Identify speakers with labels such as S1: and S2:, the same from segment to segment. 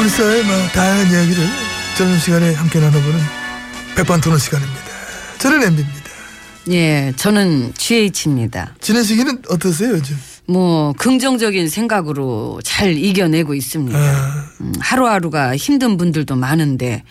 S1: 우리 사회의 뭐 다양한 이야기를 점심시간에 함께 나눠보는 백반토론 시간입니다. 저는 엠비입니다.
S2: 예, 저는 GH입니다.
S1: 지내시기는 어떠세요 요즘?
S2: 뭐 긍정적인 생각으로 잘 이겨내고 있습니다.
S1: 아,
S2: 음, 하루하루가 힘든 분들도 많은데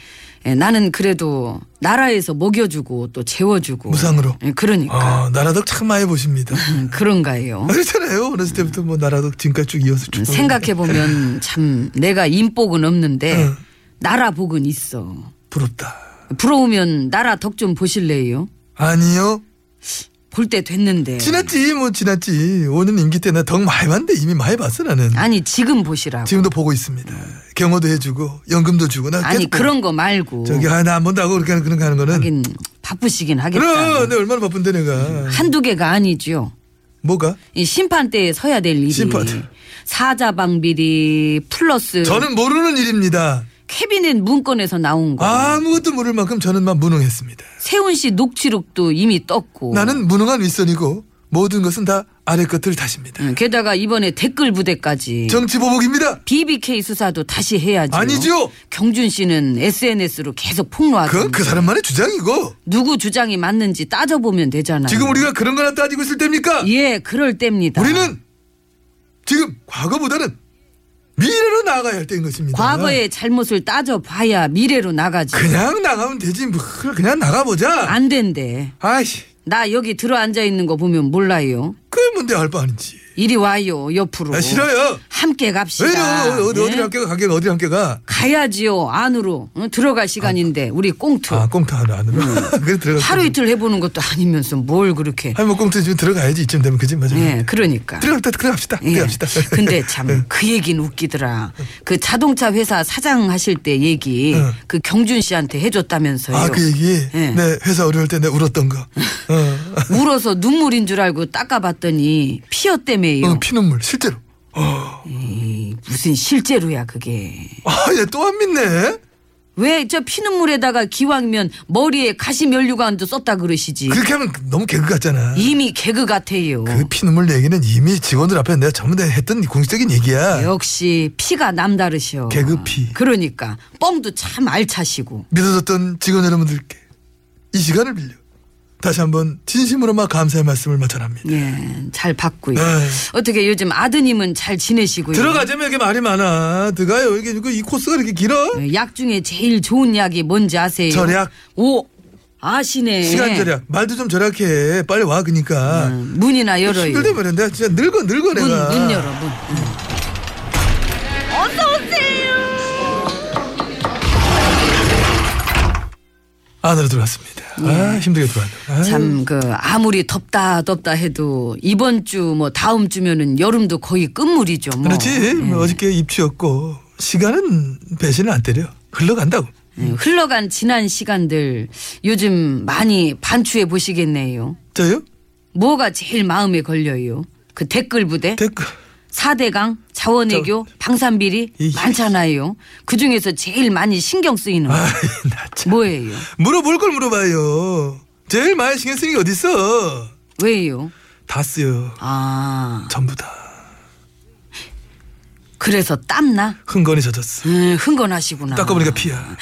S2: 예, 나는 그래도 나라에서 먹여주고 또 재워주고
S1: 무상으로.
S2: 예, 그러니까
S1: 아 나라덕 참 많이 보십니다.
S2: 음, 그런가요?
S1: 아, 그렇잖아요. 어렸을 때부터 뭐 나라덕 지금까지 쭉 이어서 쭉.
S2: 생각해 보면 참 내가 인복은 없는데
S1: 응.
S2: 나라 복은 있어.
S1: 부럽다.
S2: 부러우면 나라 덕 좀 보실래요?
S1: 아니요.
S2: 볼 때 됐는데.
S1: 지났지 뭐 지났지. 오는 임기 때 나 덕 많이 봤는데 이미 많이 봤어 나는.
S2: 아니 지금 보시라고.
S1: 지금도 보고 있습니다. 경호도 해주고 연금도 주고 나
S2: 아니
S1: 계속 보고.
S2: 그런 거 말고.
S1: 저기 아, 나안 본다고 그렇게 하는 그런 거 하는 거는.
S2: 하긴 바쁘시긴 하겠다. 음.
S1: 그럼 네. 내가 얼마나 바쁜데 내가.
S2: 한두 개가 아니죠.
S1: 뭐가?
S2: 이 심판대에 서야 될 일이
S1: 심판.
S2: 사자방비리 플러스
S1: 저는 모르는 일입니다.
S2: 캐비넷 문건에서 나온 거
S1: 아무것도 모를 만큼 저는 막 무능했습니다.
S2: 세훈 씨 녹취록도 이미 떴고
S1: 나는 무능한 윗선이고 모든 것은 다 아래 것들 탓입니다.
S2: 응, 게다가 이번에 댓글 부대까지
S1: 정치 보복입니다.
S2: BBK 수사도 다시 해야죠.
S1: 아니죠.
S2: 경준 씨는 SNS로 계속 폭로하고
S1: 그건 그 사람만의 주장이고
S2: 누구 주장이 맞는지 따져보면 되잖아요.
S1: 지금 우리가 그런 거나 따지고 있을 때입니까?
S2: 예 그럴 때입니다.
S1: 우리는 지금 과거보다는 미래로 나아가야 할 때인 것입니다.
S2: 과거의 잘못을 따져봐야 미래로 나가지.
S1: 아. 그냥 나가면 되지 뭐 그냥 나가보자.
S2: 안 된대.
S1: 아이씨
S2: 나 여기 들어 앉아 있는 거 보면 몰라요.
S1: 그게 뭔데 알바 아닌지.
S2: 이리 와요 옆으로.
S1: 나 아, 싫어요.
S2: 함께
S1: 왜요?
S2: 갑시다.
S1: 어디
S2: 예?
S1: 어디 함께 가? 가게 어디 함께 가?
S2: 가야지요 안으로 응? 들어갈 시간인데 우리 꽁투
S1: 아 꽁트 하나 안으로 그래 들어가.
S2: 하루 이틀 해보는 것도 아니면서 뭘 그렇게
S1: 아니 뭐 꽁트 지금 들어가야지 이쯤 되면 그지 맞아.
S2: 예 그러니까.
S1: 들어갈 때 들어갑시다.
S2: 예.
S1: 들어갑시다. 네.
S2: 근데 참 그 얘기는 웃기더라. 그 자동차 회사 사장 하실 때 얘기
S1: 응.
S2: 그 경준 씨한테 해줬다면서요.
S1: 네. 아 그 얘기
S2: 예.
S1: 내 회사 어려울 때 내 울었던 거. 어.
S2: 울어서 눈물인 줄 알고 닦아봤더니 피었대매요. 예.
S1: 어, 피눈물 실제로.
S2: 에이, 무슨 실제로야 그게.
S1: 아얘 또 안 믿네.
S2: 왜 저 피눈물에다가 기왕이면 머리에 가시 면류관도 썼다 그러시지.
S1: 그렇게 하면 너무 개그 같잖아.
S2: 이미 개그 같아요.
S1: 그 피눈물 얘기는 이미 직원들 앞에 내가 전부 다 했던 공식적인 얘기야.
S2: 예. 역시 피가 남다르셔.
S1: 개그 피.
S2: 그러니까 뻥도 참 알차시고.
S1: 믿어줬던 직원 여러분들께 이 시간을 빌려 다시 한번 진심으로 막 감사의 말씀을 마 전합니다.
S2: 예, 잘 봤고요.
S1: 에이.
S2: 어떻게 요즘 아드님은 잘 지내시고요.
S1: 들어가자면 이렇게 말이 많아. 들어가요. 이게 이 코스가 이렇게 길어?
S2: 예, 약 중에 제일 좋은 약이 뭔지 아세요?
S1: 절약.
S2: 오, 아시네.
S1: 시간 절약. 말도 좀 절약해. 빨리 와 그러니까. 그니까.
S2: 음, 문이나 열어요.
S1: 그 힘들다 말이야. 내가 진짜 늙어
S2: 문,
S1: 늙어 내가.
S2: 문 열어, 문.
S1: 안으로 들어왔습니다.
S2: 예.
S1: 아 힘들게 들어왔네. 아,
S2: 참 그 아무리 덥다 덥다 해도 이번 주 뭐 다음 주면은 여름도 거의 끝물이죠. 뭐.
S1: 그렇지. 뭐 어저께 입추였고 시간은 배신을 안 때려. 흘러간다고.
S2: 예, 흘러간 지난 시간들 요즘 많이 반추해 보시겠네요.
S1: 저요?
S2: 뭐가 제일 마음에 걸려요? 그 댓글 부대,
S1: 댓글.
S2: 사대강, 자원외교, 방산비리
S1: 이-
S2: 많잖아요. 그 중에서 제일 많이 신경 쓰이는 거
S1: 아이 나 참.
S2: 뭐예요?
S1: 물어볼 걸 물어봐요. 제일 많이 신경 쓰는 게 어딨어?
S2: 왜요?
S1: 다 쓰여.
S2: 아
S1: 전부 다.
S2: 그래서 땀나?
S1: 흥건히 젖었어.
S2: 음, 흥건하시구나.
S1: 닦아보니까 피야.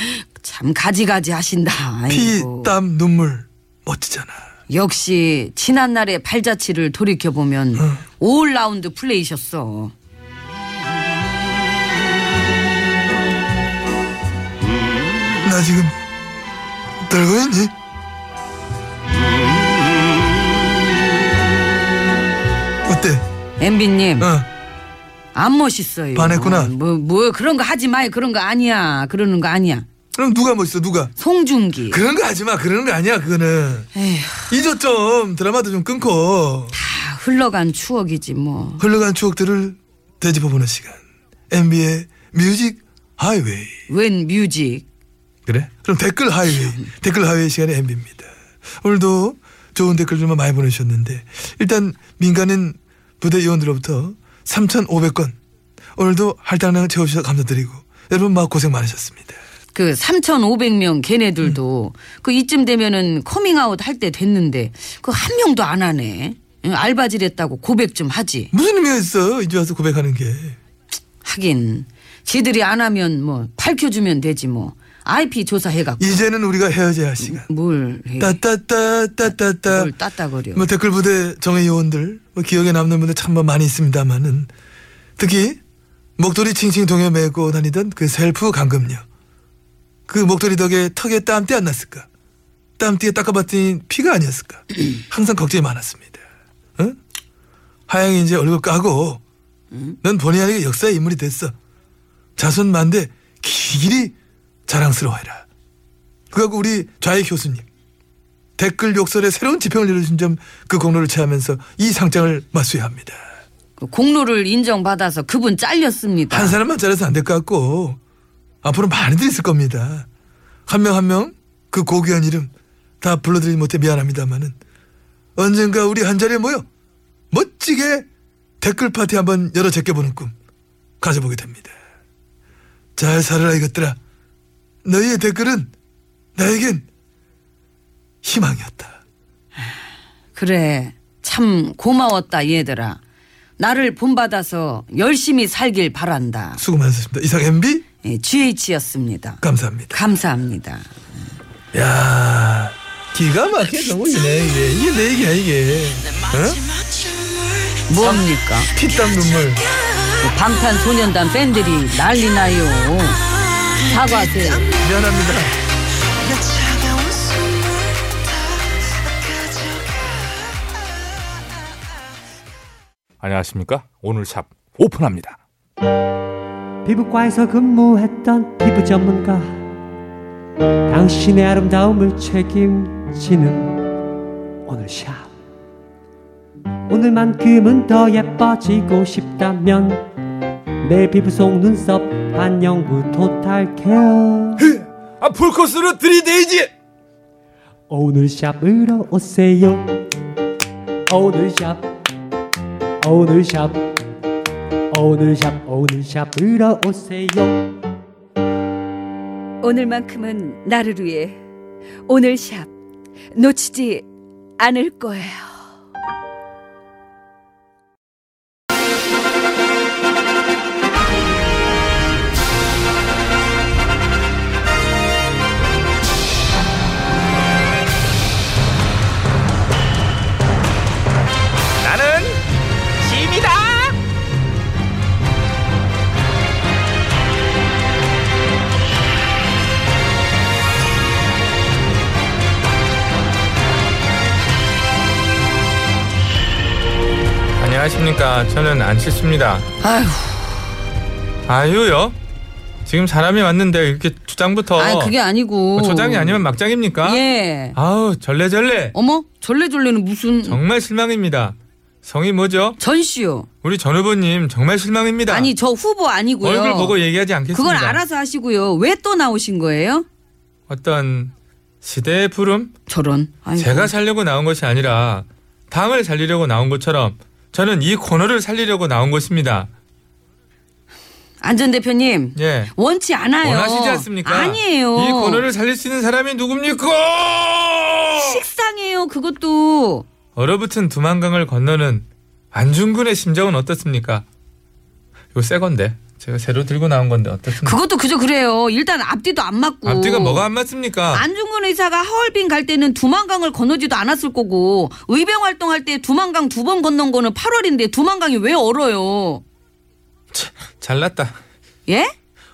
S2: 참 가지가지 하신다.
S1: 피,
S2: 아이고.
S1: 땀, 눈물. 멋지잖아.
S2: 역시 지난날의 발자취를 돌이켜보면 올라운드 플레이셨어.
S1: 지금 떨고 있니? 어때?
S2: 엠비님
S1: 어,
S2: 안 멋있어요.
S1: 반했구나.
S2: 뭐, 뭐 그런 거 하지 마요. 그런 거 아니야. 그러는 거 아니야.
S1: 그럼 누가 뭐 멋있어 누가?
S2: 송중기.
S1: 그런 거 하지 마 그런 거 아니야 그거는
S2: 에휴,
S1: 이제 좀 드라마도 좀 끊고
S2: 다 흘러간 추억이지 뭐.
S1: 흘러간 추억들을 되짚어보는 시간 MB의 뮤직 하이웨이
S2: 웬 뮤직.
S1: 그래? 그럼 댓글 하이웨이 댓글 하이웨이 시간에 MB입니다 오늘도 좋은 댓글들만 많이 보내주셨는데 일단 민간인 부대 요원들로부터 3,500건 오늘도 할당량 채워주셔서 감사드리고 여러분 막 고생 많으셨습니다
S2: 그 3,500명
S1: 음.
S2: 걔네들도 그 이쯤 되면은 커밍아웃 할 때 됐는데 그 한 명도 안 하네. 응, 알바질 했다고 고백 좀 하지.
S1: 무슨 의미가 있어 이제 와서 고백하는 게
S2: 하긴 지들이 안 하면 뭐 밝혀주면 되지 뭐. IP 조사해갖고
S1: 이제는 우리가 헤어져야 할 시간
S2: 뭘 해.
S1: 따따따따따따
S2: 뭘 따따거려.
S1: 뭐 댓글 부대 정의 요원들 뭐 기억에 남는 분들 참 많이 있습니다만은 특히 목도리 칭칭 동여 메고 다니던 그 셀프 감금녀 그 목도리 덕에 턱에 땀띠 안 났을까 땀띠에 닦아봤더니 피가 아니었을까 항상 걱정이 많았습니다 응? 하영이 이제 얼굴 까고 넌 본의 아니게 역사의 인물이 됐어 자손 만대 길이 자랑스러워해라 그거하고 우리 좌익 교수님 댓글 욕설에 새로운 지평을 이루신 점 그 공로를 체하면서 이 상장을 맞수해야 합니다.
S2: 그 공로를 인정받아서 그분 잘렸습니다.
S1: 한 사람만 잘라서 안 될 것 같고 앞으로 많이들 있을 겁니다. 한 명 한 명 그 고귀한 이름 다 불러드리지 못해 미안합니다만은 언젠가 우리 한 자리에 모여 멋지게 댓글 파티 한번 열어 제껴보는 꿈 가져보게 됩니다. 잘 살아라 이것들아. 너희의 댓글은 나에겐 희망이었다.
S2: 그래 참 고마웠다 얘들아. 나를 본받아서 열심히 살길 바란다. 예,
S1: 수고 많으셨습니다. 이상 MB
S2: GH였습니다.
S1: 감사합니다.
S2: 감사합니다.
S1: 야 기가 막혀 정국이네 이게 이게 내 얘기야 이게
S2: 뭡니까? 그
S1: 피땀 눈물
S2: 방탄소년단 팬들이 난리 나요. 사과하세요.
S1: 미안합니다.
S3: 그 차가운 숨을 다 가져가
S4: 안녕하십니까? 오늘 샵 오픈합니다.
S5: 피부과에서 근무했던 피부 전문가 당신의 아름다움을 책임지는 오늘 샵 오늘만큼은 더 예뻐지고 싶다면 내 피부 속 눈썹 안녕부 토탈 케어
S6: 아 풀코스로 들이대지.
S5: 오늘 샵으로 오세요 오늘 샵 오늘 샵 오늘 샵 오늘 샵으로 오세요
S7: 오늘만큼은 나를 위해 오늘 샵 놓치지 않을 거예요.
S6: 나는 짐이다.
S4: 안녕하십니까? 저는 안칠수입니다.
S2: 아휴,
S4: 아유요? 지금 사람이 왔는데 이렇게 주장부터
S2: 아니 그게 아니고.
S4: 뭐 초장이 어. 아니면 막장입니까?
S2: 예.
S4: 아우 절레절레
S2: 어머, 절레절레는 무슨
S4: 정말 실망입니다. 성이 뭐죠?
S2: 전시요?
S4: 우리 전 후보님 정말 실망입니다.
S2: 아니 저 후보 아니고요.
S4: 얼굴 보고 얘기하지 않겠습니다.
S2: 그걸 알아서 하시고요. 왜 또 나오신 거예요?
S4: 어떤 시대의 부름?
S2: 저런. 아이고.
S4: 제가 살려고 나온 것이 아니라 당을 살리려고 나온 것처럼 저는 이 코너를 살리려고 나온 것입니다.
S2: 안전 대표님
S4: 예.
S2: 원치 않아요.
S4: 원하시지 않습니까?
S2: 아니에요.
S4: 이 코너를 살릴 수 있는 사람이 누굽니까?
S2: 식상해요. 그것도
S4: 얼어붙은 두만강을 건너는 안중근의 심정은 어떻습니까? 이거 새 건데 제가 새로 들고 나온 건데 어떻습니까?
S2: 그것도 그저 그래요. 일단 앞뒤도 안 맞고.
S4: 앞뒤가 뭐가 안 맞습니까?
S2: 안중근 의사가 하얼빈 갈 때는 두만강을 건너지도 않았을 거고 의병 활동할 때 두만강 두 번 건넌 거는 8월인데 두만강이 왜 얼어요?
S4: 잘났다.
S2: 예?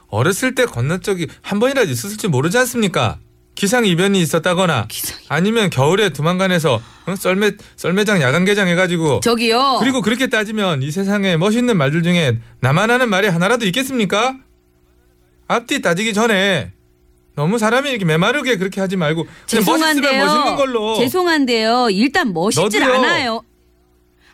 S1: 어렸을 때 건넌 적이 한 번이라도 있었을지 모르지 않습니까? 기상 이변이 있었다거나
S2: 기상이-
S1: 아니면 겨울에 두만간에서 응? 썰매 썰매장 야간 개장 해가지고
S2: 저기요.
S1: 그리고 그렇게 따지면 이 세상에 멋있는 말들 중에 나만 하는 말이 하나라도 있겠습니까? 앞뒤 따지기 전에 너무 사람이 이렇게 메마르게 그렇게 하지 말고 그냥 멋있으면
S2: 죄송한데요.
S1: 멋있는 걸로
S2: 죄송한데요. 일단 멋있질
S1: 너도요.
S2: 않아요.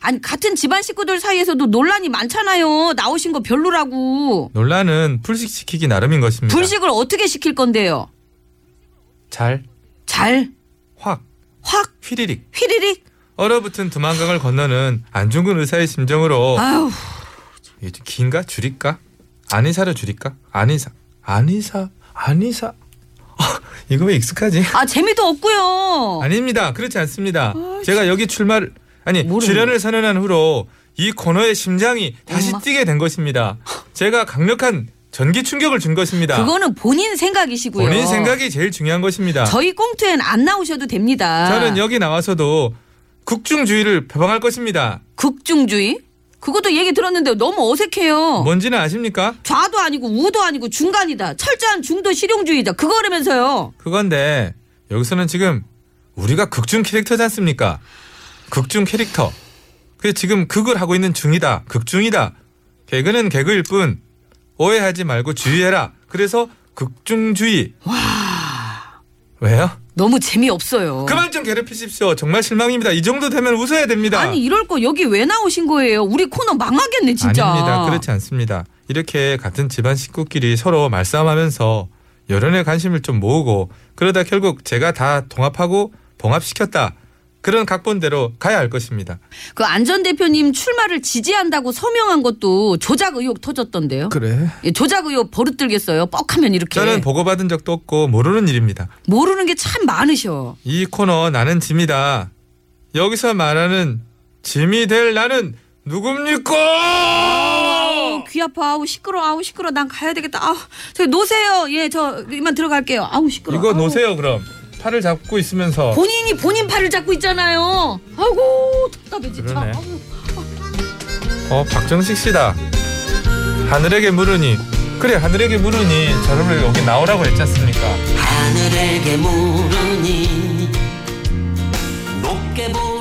S2: 아니 같은 집안 식구들 사이에서도 논란이 많잖아요. 나오신 거 별로라고.
S1: 논란은 풀식시키기 나름인 것입니다.
S2: 분식을 어떻게 시킬 건데요?
S1: 잘,
S2: 잘?
S1: 확,
S2: 확?
S1: 휘리릭
S2: 휘리릭?
S1: 얼어붙은 두만강을 건너는 안중근 의사의 심정으로
S2: 아휴.
S1: 이게 좀 긴가 줄일까? 안의사로 줄일까? 안의사, 안의사, 안의사. 어, 이거 왜 익숙하지?
S2: 아 재미도 없고요.
S1: 아닙니다. 그렇지 않습니다. 제가 여기 출마를 아니
S2: 모르겠네.
S1: 출연을 선언한 후로 이 코너의 심장이 다시
S2: 엄마.
S1: 뛰게 된 것입니다. 제가 강력한 전기 충격을 준 것입니다.
S2: 그거는 본인 생각이시고요.
S1: 본인 생각이 제일 중요한 것입니다.
S2: 저희 꽁트엔 안 나오셔도 됩니다.
S1: 저는 여기 나와서도 국중주의를 표방할 것입니다.
S2: 극중주의? 그것도 얘기 들었는데 너무 어색해요.
S1: 뭔지는 아십니까?
S2: 좌도 아니고 우도 아니고 중간이다. 철저한 중도 실용주의다. 그거라면서요.
S1: 그건데 여기서는 지금 우리가 극중 캐릭터지 않습니까? 극중 캐릭터. 그래 지금 극을 하고 있는 중이다. 극중이다. 개그는 개그일 뿐 오해하지 말고 주의해라. 그래서 극중주의. 와. 왜요?
S2: 너무 재미없어요.
S1: 그만 좀 괴롭히십시오. 정말 실망입니다. 이 정도 되면 웃어야 됩니다.
S2: 아니 이럴 거 여기 왜 나오신 거예요? 우리 코너 망하겠네 진짜.
S1: 아닙니다. 그렇지 않습니다. 이렇게 같은 집안 식구끼리 서로 말싸움하면서 여론의 관심을 좀 모으고 그러다 결국 제가 다 통합하고 봉합시켰다. 그런 각본대로 가야 할 것입니다.
S2: 그 안전 대표님 출마를 지지한다고 서명한 것도 조작 의혹 터졌던데요.
S8: 그래.
S2: 예, 조작 의혹 버릇들겠어요. 뻑하면 이렇게
S1: 저는 보고받은 적도 없고 모르는 일입니다.
S2: 모르는 게 참 많으셔.
S1: 이 코너 나는 짐이다. 여기서 말하는 짐이 될 나는 누굽니까?
S4: 어.
S2: 아우, 어, 귀 아파. 아우 시끄러. 아우 시끄러. 난 가야 되겠다. 아우 저 노세요. 예, 저 이만 들어갈게요. 아우 시끄러.
S1: 이거
S2: 아우.
S1: 놓으세요 그럼. 팔을 잡고 있으면서
S2: 본인이 본인 팔을 잡고 있잖아요. 아이고 답답해 진짜.
S1: 그러네.
S2: 아우.
S1: 어 박정식 씨다 하늘에게 물으니 그래 하늘에게 물으니 저를 여기 나오라고 했지 않습니까
S9: 하늘에게 물으니 높게 보라